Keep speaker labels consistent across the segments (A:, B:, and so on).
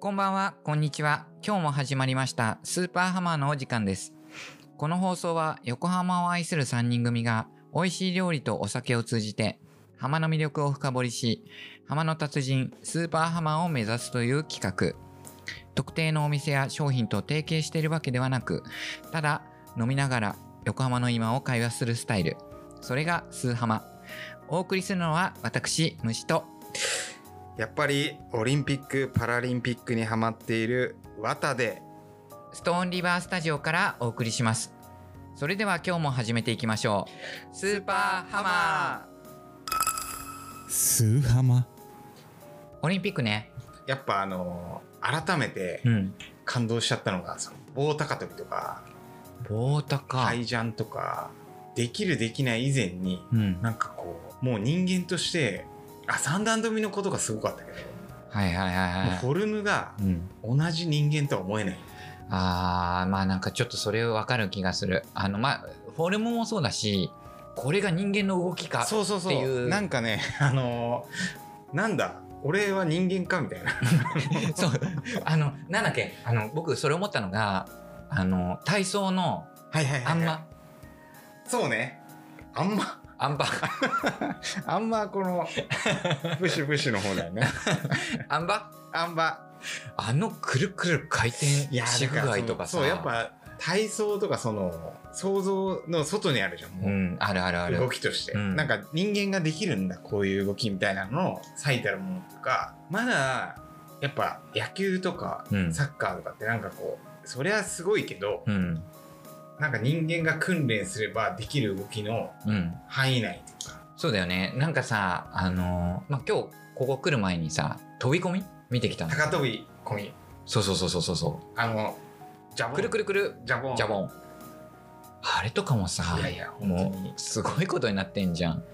A: こんばんは、こんにちは。今日も始まりました、スーパーハマーのお時間です。この放送は、横浜を愛する3人組が、美味しい料理とお酒を通じて、浜の魅力を深掘りし、浜の達人、スーパーハマーを目指すという企画。特定のお店や商品と提携しているわけではなく、ただ、飲みながら、横浜の今を会話するスタイル。それが、スーハマ。お送りするのは、私、虫と、
B: やっぱりオリンピック・パラリンピックにハマっている綿で
A: ストーンリバースタジオからお送りしますそれでは今日も始めていきましょうスーパーハマ
C: スーハマ
A: ーオリンピックね
B: やっぱあの改めて
A: うん
B: 感動しちゃったのがその棒高跳びとか
A: 棒高、
B: ハイジャンとかできるできない以前に
A: うん、
B: なんかこうもう人間としてあ三段跳びのことがすごかったけど、
A: はいはいはい
B: もう
A: は
B: フォルムが
A: い、うん、
B: 同じ人間とは思えない
A: あーまあなんかちょっとそれ分かる気がするあのまあフォルムもそうだしこれが人間の動きか
B: そうそうそう
A: っていう
B: なんかね あのなんだ俺は人間かみたいな
A: そうあのなんだっけあの僕それ思ったのがあの体操の
B: はいはい
A: あん
B: ま
A: ま
B: そうねあんま
A: あんば
B: あんまこのブシュブシュの方だよね。
A: あんば
B: あんま
A: あのくるくる回転し具合とかさ
B: そうやっぱ体操とかその想像の外にあるじゃん。
A: う、
B: もうん
A: あるあるある
B: 動。きとして、
A: うん
B: なんか人間ができるんだこういう動きみたいなのの最たるものとかまだやっぱ野球とか
A: うん
B: サッカーとかってなんかこうそりゃすごいけど
A: うん、
B: なんか人間が訓練すればできる動きの
A: うん。
B: 範囲内とか
A: そうだよね。なんかさ、あのーまあ、今日ここ来る前にさ、飛び込み見てきたの。
B: 高飛び込み
A: そうそうそうそうそうそ
B: あのジャ
A: う。
B: ボン
A: くるくるくる、
B: ジャボン
A: ジャボン。あれとかもさ、
B: いやいや本当
A: も
B: に
A: うすごいことになってんじゃん。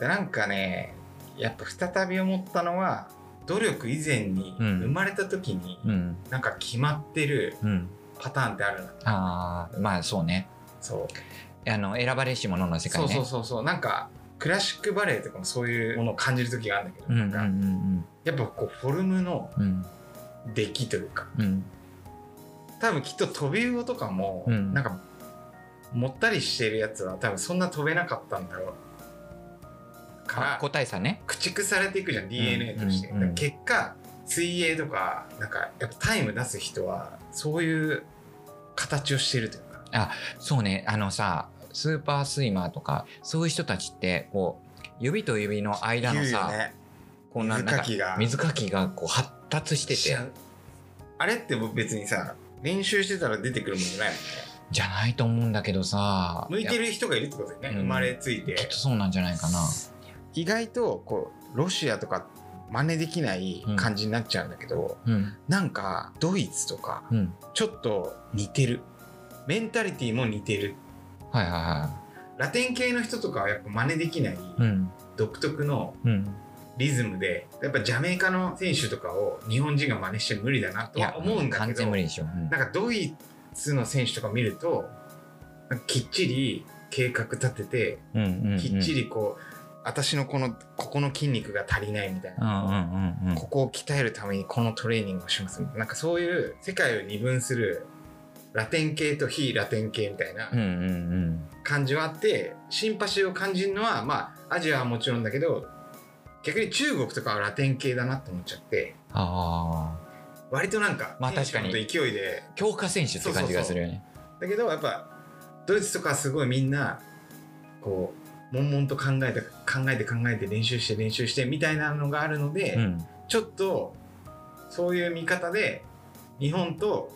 B: でなんかねやっぱ再び思ったのは努力以前に
A: うん
B: 生まれた時に、
A: うん、
B: なんか決まってる
A: うん。
B: パターンってあるな
A: ああ、まあそうね。
B: そう
A: あの、選ばれし者の世界
B: そう
A: ね。
B: そうそうそうなんかクラシックバレエとかもそういうものを感じる時があるんだけど、
A: うんうん
B: なんかやっぱこうフォルムの
A: うんうん。
B: 出来というか
A: うん。
B: 多分きっと飛び魚とかも、
A: うん
B: なんかもったりしてるやつは多分そんな飛べなかったんだろうか
A: あ
B: ら
A: 個体差ね。
B: 駆逐されていくじゃん DNA として、
A: うんうん
B: だから結果水泳とかなんかやっぱタイム出す人はそういう形をしてるというか
A: そうね、あのさ、スーパースイマーとか、そういう人たちって、こう、指と指の間の
B: 言う
A: さ、
B: よね
A: こうな
B: 水
A: なん
B: か
A: か
B: きが
A: 水かきがこう発達して
B: してちゃうあれって僕別にさ練習してたら出てくるもんじゃないもんね
A: じゃないと思うんだけどさ
B: 向いて
A: や
B: る人がいるってことだよね、
A: うん
B: 生まれついて
A: きっとそうなんじゃないかな
B: 意外とこうロシアとか真似できない感じになっちゃうんだけど、
A: うん
B: なんかドイツとか
A: うん
B: ちょっと似てるメンタリティも似てる
A: はいはいは
B: ラテン系の人とかはやっぱ真似できない、
A: いうん
B: 独特の
A: うん
B: リズムでやっぱジャメイカの選手とかを日本人が真似して無理だなとは思うんだけ
A: 完
B: ど
A: 全無
B: な
A: 理でしょ、うん
B: んかドイツの選手とか見るとなんかきっちり計画立てて
A: うんうんうん、
B: きっち
A: り
B: りこう、私のこのここの筋肉が足りないみたい
A: うんう
B: な、
A: んうんうん
B: ここを鍛えるためにこのトレーニングをしますみたいななんかそういう世界を二分するラテン系と非ラテン系みたいな、
A: うんうんうん
B: 感じはあってシンパシーを感じるのはまあアジアはもちろんだけど逆に中国とかはラテン系だなって思っちゃって
A: ああ
B: 割となんか
A: まあ確かに
B: テンションと勢いで
A: 強化選手って感じがするよね
B: だけどやっぱドイツとかはすごいみんなこう悶々と考えて考えて考えて練習して練習してみたいなのがあるので、
A: うん
B: ちょっとそういう見方で日本と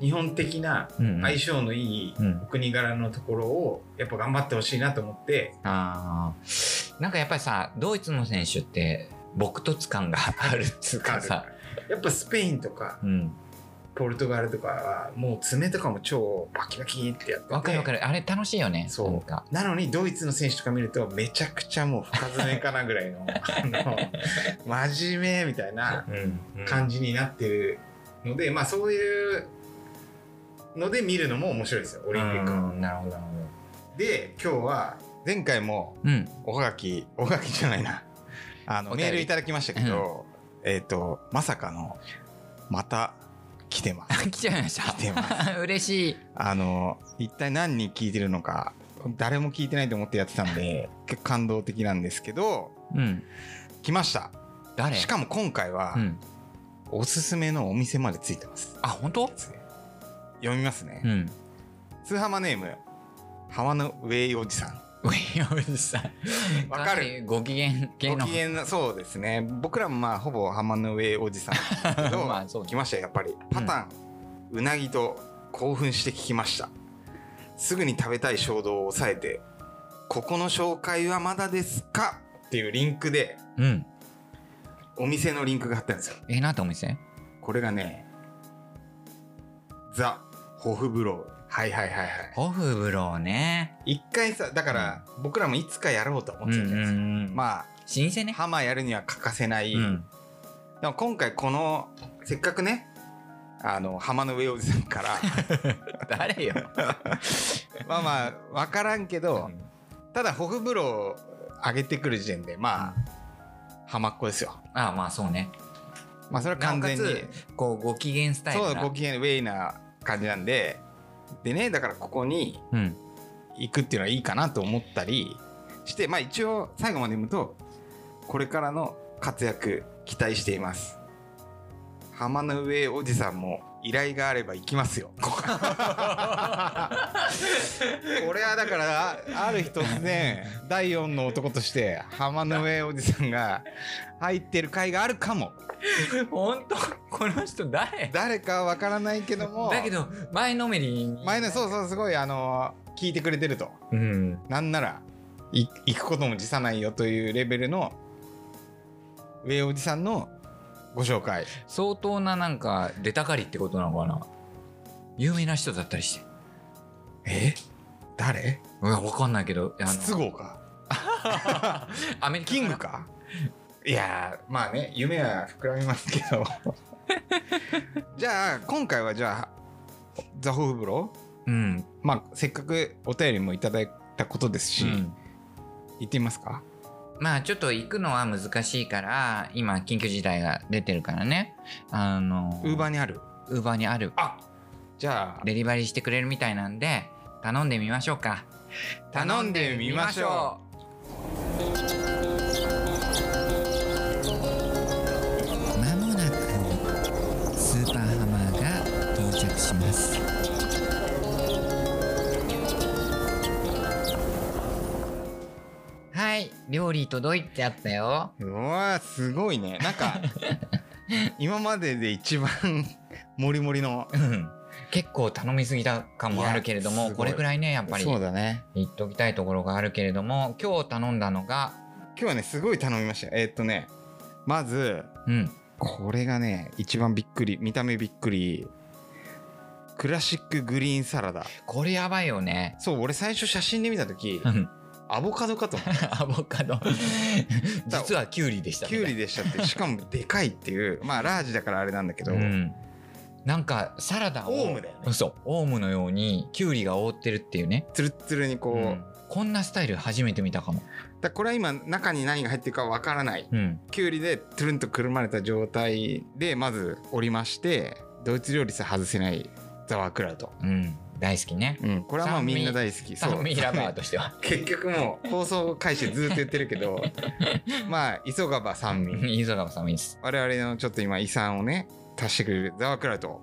B: 日本的な
A: うんうん
B: 相性のいい
A: うん
B: お国柄のところをやっぱ頑張ってほしいなと思って
A: あーなんかやっぱりさドイツの選手って朴突感があるっつうかさ、
B: やっぱスペインとか
A: うん、
B: ポルトガルとかはもう爪とかも超バキバキってやってて
A: わかるわかるあれ楽しいよね
B: そう
A: なんか
B: なのにドイツの選手とか見るとめちゃくちゃもう深爪かなぐらいのあの真面目みたいな
A: うん
B: 感じになってるので、まあそういうので見るのも面白いですよオリンピックは。
A: うんなるほどなるほど
B: で今日は前回も
A: うん
B: おはがきおはがきじゃないなあの
A: お便
B: メ
A: り
B: ールいただきましたけど、えっ、とまさかのまた来てま
A: 来
B: す
A: ちゃいまし
B: 来てま
A: た嬉しい
B: あの一体何人聞いてるのか誰も聞いてないと思ってやってた んで結構感動的なんですけど
A: うん
B: 来ました
A: 誰
B: しかも今回は
A: うん
B: おすすめのお店までついてます、
A: あ本当
B: 読みますね、
A: うん
B: 通販マネーム浜のウェイおじさん
A: ウェイおじさん
B: わかる
A: にご機嫌系
B: ご
A: の
B: 機嫌なそうですね僕らもまあほぼ浜のウェイおじさんですけど
A: まあそうね
B: 来ましたよやっぱりパターン、うなぎと興奮して聞きましたすぐに食べたい衝動を抑えてここの紹介はまだですかっていうリンクで
A: うん
B: お店のリンクが貼ってあるんですよ
A: えなんてお店
B: これがねザ・ホフブローはいはいはいはい
A: ホフブローね
B: 一回さだから僕らもいつかやろうと思
A: う
B: っ
A: ん
B: て
A: う
B: たじゃないです
A: ん
B: か、
A: うんまあ
B: ま
A: 老舗
B: あ
A: ね
B: ハマやるには欠かせない、
A: うん
B: でも今回このせっかくねあの浜の上おじさんから
A: 誰よ
B: まあまあ分からんけどただホフブロー上げてくる時点でまあ浜っ子ですよ
A: あまあそうね
B: まあそれは完全に
A: なおかつこうご機嫌スタイル
B: そう
A: な
B: ご機嫌ウェイな感じなんででねだからここに
A: うん
B: 行くっていうのはいいかなと思ったりしてまあ一応最後まで読むとこれからの活躍期待しています浜の上おじさんも依頼があれば行きますよ これはだからあある日突然第4の男として浜の上おじさんが入ってる回があるかも
A: 本当この人誰
B: 誰かわからないけども
A: だけど前のめりに
B: 前のそうそうすごいあの聞いてくれてると
A: うん
B: なんならい行くことも辞さないよというレベルの上おじさんのご紹介
A: 相当ななんか出たかりってことなのかな有名な人だったりして
B: え誰
A: いやわかんないけどあ
B: 筒香か
A: アメリカ
B: キングかいやーまあね夢は膨らみますけ どじゃあ今回はじゃあザ・ホフブロ
A: うん、
B: まあせっかくお便りもいただいたことですし、
A: うん
B: 行ってみますか
A: まあちょっと行くのは難しいから今緊急事態が出てるからねあの
B: ウーバーにある
A: ウーバーにある
B: あじゃあ
A: デリバリーしてくれるみたいなんで頼んでみましょうか
B: 頼んでみましょ
A: まもなくスーパーハマーが到着しますはい料理届いてあったよ
B: うわーすごいねなん か今までで一番 モリモリの
A: うん結構頼みすぎた感もあるけれど
B: いや
A: も
B: すごい
A: これぐらいねやっぱり
B: そうだね
A: 言っときたいところがあるけれども今日頼んだのが
B: 今日はねすごい頼みましたえーっとねまず
A: うん
B: これがね一番びっくり見た目びっくりクラシックグリーンサラダ
A: これやばいよね
B: そう俺最初写真で見た時
A: うん
B: アボカドかと思っ
A: アボカド 実はキュウリでした
B: た
A: み
B: キ
A: たい
B: ュウリでした ってしかもでかいっていうまあラージだからあれなんだけど、
A: うん、なんかサラダを
B: オウムだよね
A: そうオウムのようにキュウリが覆ってるっていうね、
B: ツルッツルにこう、
A: うんこんなスタイル初めて見たかも、
B: だからこれは今中に何が入ってるかわからない
A: うん、
B: きゅうりでトゥルンとくるまれた状態でまず折りましてドイツ料理さ外せないザワークラウト、
A: うん、大好きね
B: うん、これはもうみんな大好き
A: サミーラバー
B: ト
A: として は
B: 結局もう放送開始ずっと言ってるけど まあ急がば酸味
A: 飯坂さんもいいです
B: 我々のちょっと今遺産をね足してくれるザワークラウト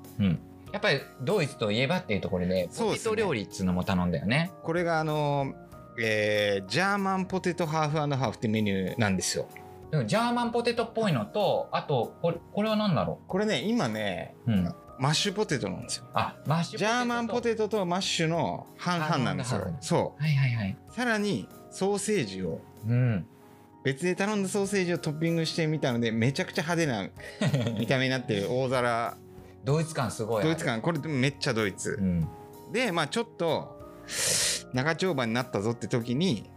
A: やっぱりドイツといえばっていうところで
B: そう
A: ポ
B: っ
A: テ
B: すね
A: ト料理っつうのも頼んだよね
B: これがあのえージャーマンポテトハーフハーフってメニューなんですよ
A: でもジャーマンポテトっぽいのとあとこれこれは何だろ
B: これね今ね
A: う、うん、
B: マッシュポテトなんですよ
A: あマッシュポテトと
B: ジャーマンポテトとマッシュの半々なんです
A: 半々
B: よ
A: だ
B: そう
A: はいはいはい
B: さらにソーセージを
A: うん
B: 別で頼んだソーセージをトッピングしてみたのでめちゃくちゃ 派手な見た目になってる大皿
A: ドイツ感すごいある
B: ドイツ感これめっちゃド
A: う
B: イツ
A: ん
B: でまあちょっと長丁場になったぞって時に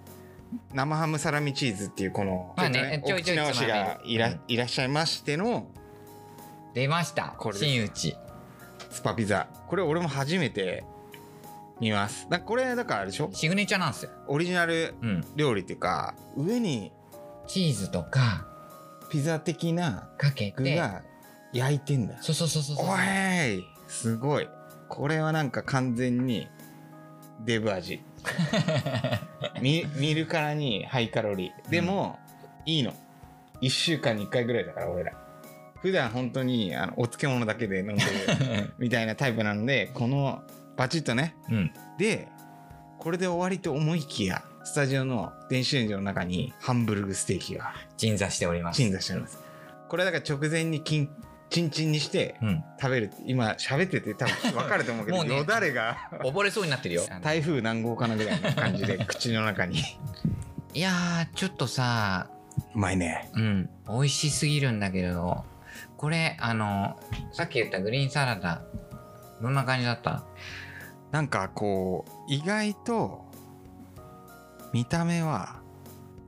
B: 生ハムサラミチーズっていうこの
A: まあね
B: ちょっと
A: ちょいちょい
B: お口直しがいら,、
A: つま
B: いらっしゃいましての
A: 出ました
B: これです
A: 真打ち
B: スパピザこれ俺も初めて見ますだこれだからあれでしょ
A: シグネチャーなんですよ、
B: オリジナル
A: うん、
B: 料理っていうか上に
A: チーズとか
B: ピザ的な
A: かけ
B: 具
A: て
B: が焼いてんだ
A: そうそうそうそうそう
B: おいすごいこれはなんか完全にデブ味見見るからにハイカロリーでも、いいの1週間に1回ぐらいだから俺ら普段本当にあのお漬物だけで飲んでるみたいなタイプなのでこのバチッとね
A: うん
B: でこれで終わりと思いきやスタジオの電子レンジの中にハンブルグステーキが
A: 鎮座しております
B: 鎮座しておりますこれだから直前にキンチンチンにして
A: うん
B: 食べる今喋ってて多分分かると思う け
A: も
B: ど
A: うね
B: よだれが
A: 溺れそうになってるよ
B: 台風何号かなぐらいの感 じで口の中に
A: いやーちょっとさ
B: うまいね
A: うん美味しすぎるんだけれどこれあのさっき言ったグリーンサラダどんな感じだった
B: なんかこう意外と見た目は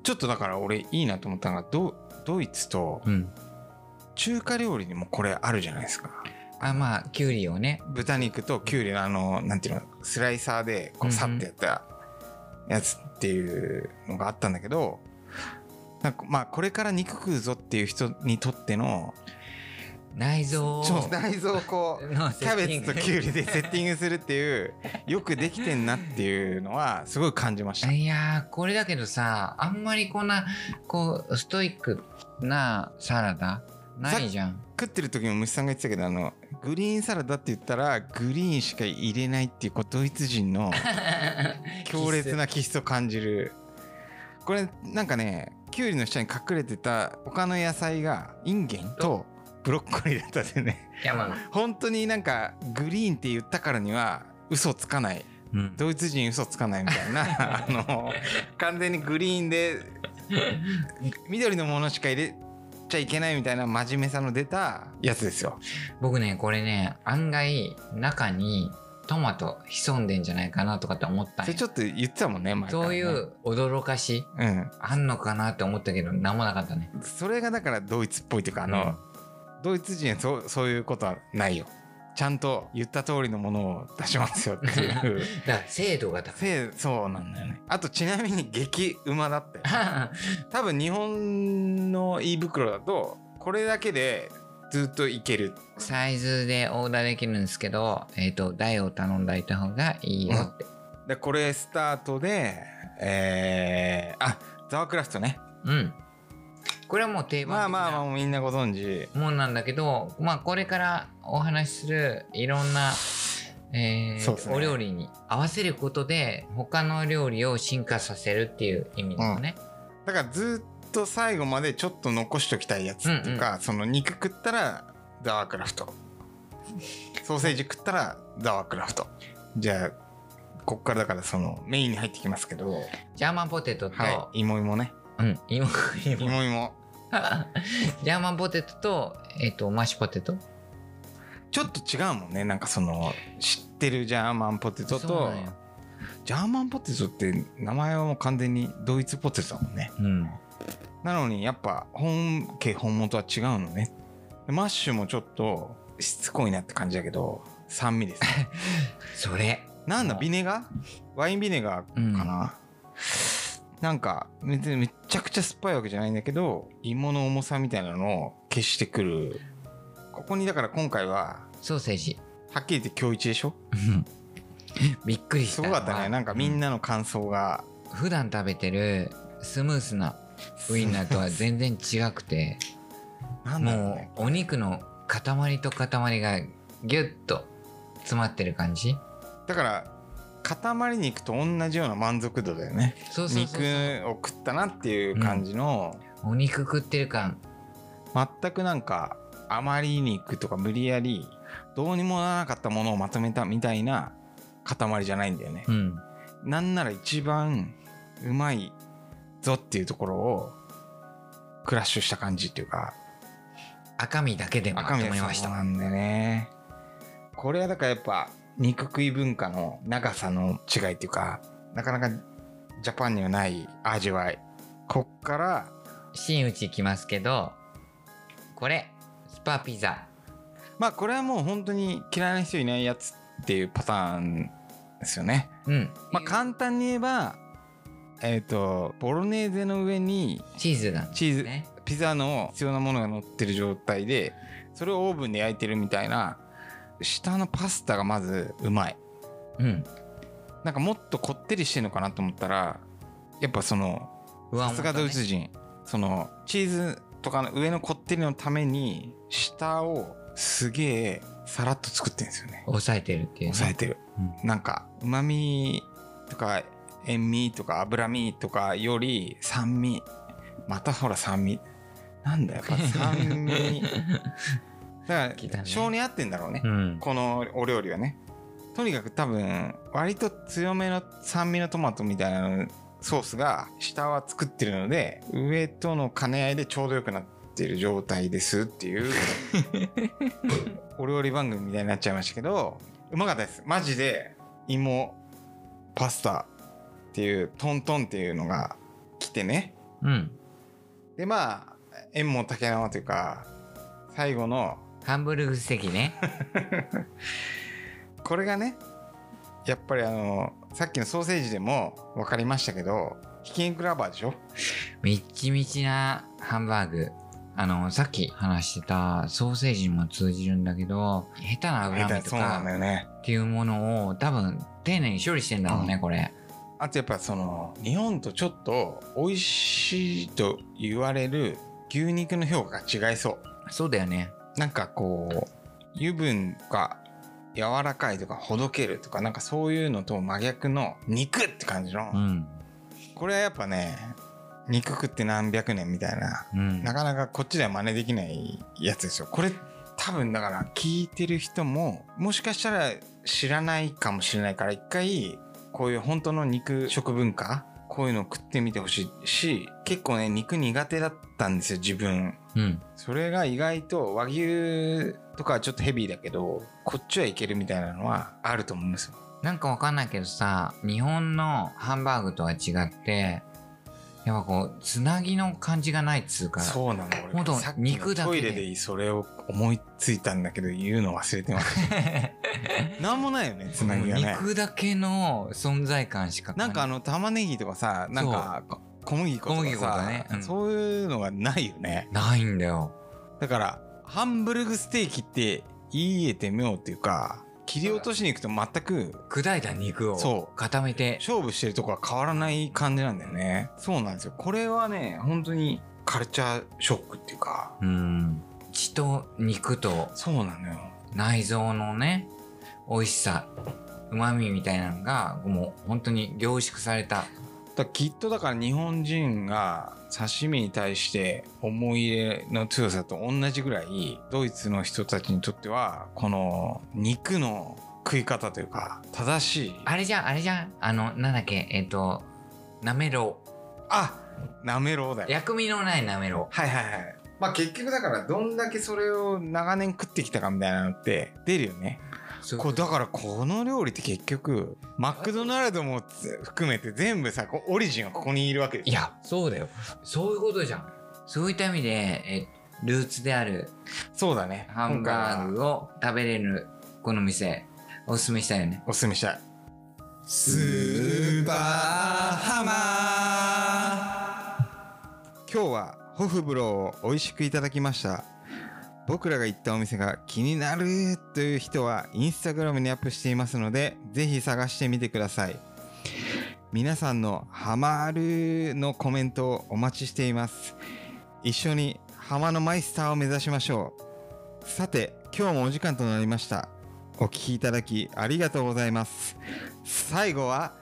B: ちょっとだから俺いいなと思ったのがドドイツと
A: うん
B: 中華料理にもこれあるじゃないですか
A: あまあきゅうりをね
B: 豚肉ときゅうりのあのなんていうのスライサーで
A: うんう
B: こうんサッてやったやつっていうのがあったんだけどなんかまあこれから肉食うぞっていう人にとっての
A: 内臓を
B: ちょ内臓をこう
A: の
B: キ
A: セ
B: ャ
A: ッ
B: ベ
A: ティン
B: ツ
A: グ
B: ときゅうりでセッティングするっていうよくできてんなっていうのはすごい感じました。
A: いやーこれだけどさあんまりこんなこうストイックなサラダないじゃん
B: 食ってる時も虫さんが言ってたけどあのグリーンサラダって言ったらグリーンしか入れないっていうこうドイツ 人の強烈な気質を感じるこれなんかねキュウリの下に隠れてた他の野菜がインゲンとブロッコリーだったんですよね
A: 山の、
B: 本当になんかグリーンって言ったからには嘘つかない
A: うん、
B: ドイツ人嘘つかないみたい なあの完全にグリーンで緑のものしか入れちゃいけないみたいな真面目さの出たやつですよ
A: 僕ねこれね案外中にトマト潜んでんじゃないかなとかって思ったん
B: そ
A: よ
B: れちょっと言ってたもんね前からね
A: そういう驚かし
B: うん
A: あんのかなって思ったけど何もなかったね
B: それがだからドイツっぽいというかあの、
A: うん
B: ドイツ人はそうそういうことはないよちゃんと言った通りのものを出しますよっていう
A: だから精度が高い
B: せいそうなんだよねあとちなみに激うまだったよ多分日本の胃袋だとこれだけでずっといける
A: サイズでオーダーできるんですけどえっ、と台を頼んだいた方がいいよって
B: でこれスタートでえー、あザワークラフトね
A: うんこれはもう定番的な
B: まあまあまあみんなご存知
A: もんなんだけど、まあ、これからお話しするいろんな、えー
B: そうですね
A: お料理に合わせることで他の料理を進化させるっていう意味ですね。
B: だからずっと最後までちょっと残しときたいやつっていうか、その肉食ったらザワークラフトソーセージ食ったらザワークラフトじゃあこっからだからそのメインに入ってきますけど
A: ジャーマンポテトと、
B: はい芋芋ね
A: うん、 芋芋
B: 芋芋
A: ジャーマンポテトと,、えっとマッシュポテト
B: ちょっと違うもんねなんかその知ってるジャーマンポテト
A: そう
B: と
A: なんよ
B: ジャーマンポテトって名前はもう完全にドイツポテトだもんね
A: うん、
B: なのにやっぱ本家本元は違うのねでマッシュもちょっとしつこいなって感じだけど酸 味ですね
A: それ
B: なんだ
A: うん
B: ビネガーワインビネガーかな、なんか別にめちゃくちゃ酸っぱいわけじゃないんだけど芋の重さみたいなのを消してくるここにだから今回は
A: ソーセージ
B: はっきり言って今日一でしょ
A: びっくりし
B: す
A: たの
B: ご
A: は
B: かったねなんかみんなの感想が、
A: 普段食べてるスムースなウインナーとは全然違くて。
B: なんだろう
A: も
B: ね
A: うお肉の塊と塊がギュッと詰まってる感じ
B: だから塊肉と同じような満足度だよね
A: そうそうそう
B: 肉を食ったなっていう感じの、
A: お肉食ってる感
B: 全くなんか余り肉とか無理やりどうにもならなかったものをまとめたみたいな塊じゃないんだよね
A: う、ん
B: なんなら一番うまいぞっていうところをクラッシュした感じっていうか
A: 赤身だけでも
B: 赤
A: ま
B: 身
A: とめまし
B: そうな
A: た
B: んでねこれはだからやっぱ肉食い文化の長さの違いっていうかなかなかジャパンにはない味わいこっから
A: 真打ちいきますけどこれスパピザ
B: まあこれはもう本当に嫌いな人いないやつっていうパターンですよね
A: うん、
B: まあ簡単に言えばえっ、とボロネーゼの上に
A: チーズなんです
B: チーズ
A: ね
B: ピザの必要なものが乗ってる状態でそれをオーブンで焼いてるみたいな下のパスタがまずうまい
A: うん。
B: なんかもっとこってりしてるのかなと思ったらやっぱその
A: うわ
B: さすがドイツ人そのチーズとかの上のこってりのために下をすげえさらっと作ってるんですよね
A: 抑えてるっていうね、
B: 抑えてる、
C: う
B: なんかうまみとか塩味とか脂身とかより酸味またほら酸味なんだよやっぱ酸 味だか
A: 来た
B: ら
A: ね
B: 性に合ってんだろうね、
A: うん。
B: このお料理はねとにかく多分割と強めの酸味のトマトみたいなソースが下は作ってるので上との兼ね合いでちょうどよくなってる状態ですっていうお料理番組みたいになっちゃいましたけどうまかったですマジで芋パスタっていうトントンっていうのが来てね
A: うん。
B: でまあ縁も竹縄というか最後の
A: ハンブルグステーキね。
B: これがねやっぱりあのさっきのソーセージでも分かりましたけどひき肉ラバーでしょ
A: みっちみちなハンバーグ。あの、さっき話してたソーセージにも通じるんだけど、下手な脂身と
B: そうなんだ
A: か
B: よね
A: っていうものを多分丁寧に処理してんだろうね、
B: うん
A: これ。
B: あとやっぱその日本とちょっと美味しいと言われる牛肉の評価が違いそう
A: そうだよね。
B: なんかこう油分が柔らかいとかほどけるとかなんかそういうのと真逆の肉って感じの、
A: うん。
B: これはやっぱね肉食って何百年みたいな
A: うん。
B: なかなかこっちでは真似できないやつですよ。これ多分だから聞いてる人ももしかしたら知らないかもしれないから一回こういう本当の肉食文化こういうのを食ってみてほしいし結構ね肉苦手だったんですよ自分。
A: うん。
B: それが意外と和牛とかはちょっとヘビーだけどこっちはいけるみたいなのはあると思うんですよ。
A: なんかわかんないけどさ、日本のハンバーグとは違って、やっぱこう、つなぎの感じがないっつうか、
B: そうなの俺
A: ほんと
B: さっきの
A: 肉だけ
B: ト
A: で
B: イレでそれを思いついたんだけど言うの忘れてます なんもないよねつなぎがね
A: 肉だけの存在感しか
B: なんかあの玉ねぎとかさなんかこ小麦粉と
A: 小
B: か
A: 麦粉と
B: さ
A: かねうん
B: そういうのがないよね
A: ないんだよ。
B: だからハンブルグステーキって言えてみようっていうか切り落とし肉と全く
A: 砕いた肉を
B: そう
A: 固めて
B: 勝負してるとこは変わらない感じなんだよねそうなんですよこれはね本当にカルチャーショックっていうか
A: うん血と肉と
B: そうなのよ
A: 内臓のね美味しさうまみみたいなのがもう本当に凝縮された
B: だからきっとだから日本人が刺身に対して思い入れの強さと同じぐらいドイツの人たちにとってはこの肉の食い方というか正しい
A: あれじゃんあれじゃんあのなんだっけえっ、となめろ
B: あなめろうだ
A: う
B: よ
A: 薬味のないなめろ
B: はいはいはいまあ結局だからどんだけそれを長年食ってきたかみたいなのって出るよね
A: うそう
B: こうだからこの料理って結局マクドナルドも含めて全部さこうオリジンはここにいるわけです
A: い
B: よ
A: やそうだよそういうことじゃんそういった意味でえルーツである
B: そうだね
A: ハンバー
B: 今回は
A: グを食べれるこの店おすすめしたいよね
B: おすすめしたい
C: スーパーハ
B: 今日はホフブローを美味しくいただきました僕らが行ったお店が気になるという人はインスタグラムにアップしていますのでぜひ探してみてください皆さんのハマるのコメントをお待ちしています一緒にハマのマイスターを目指しましょうさて今日もお時間となりましたお聞きいただきありがとうございます最後は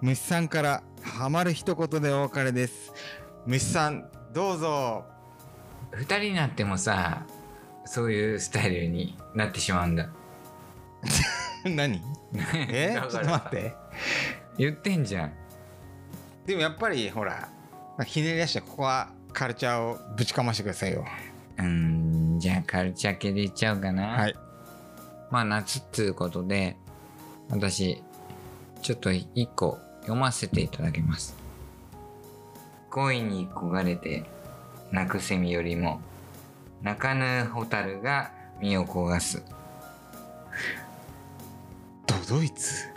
B: 虫さんからハマる一言でお別れです虫さんどうぞ
A: 二人になってもさそういうスタイルになってしまうんだ
B: 何 え
A: だ
B: ち
A: か
B: ょ
A: ら
B: っと待って
A: 言ってんじゃん
B: でもやっぱりほらひねり出してここはカルチャーをぶちかましてくださいよ
A: うーんじゃあカルチャー系でいっちゃおうかな、
B: はい
A: まあ夏っつうことで私ちょっと一個読ませていただきます恋に焦がれて泣く蝉よりも泣かぬ蛍が身を焦がす
B: ドドイツ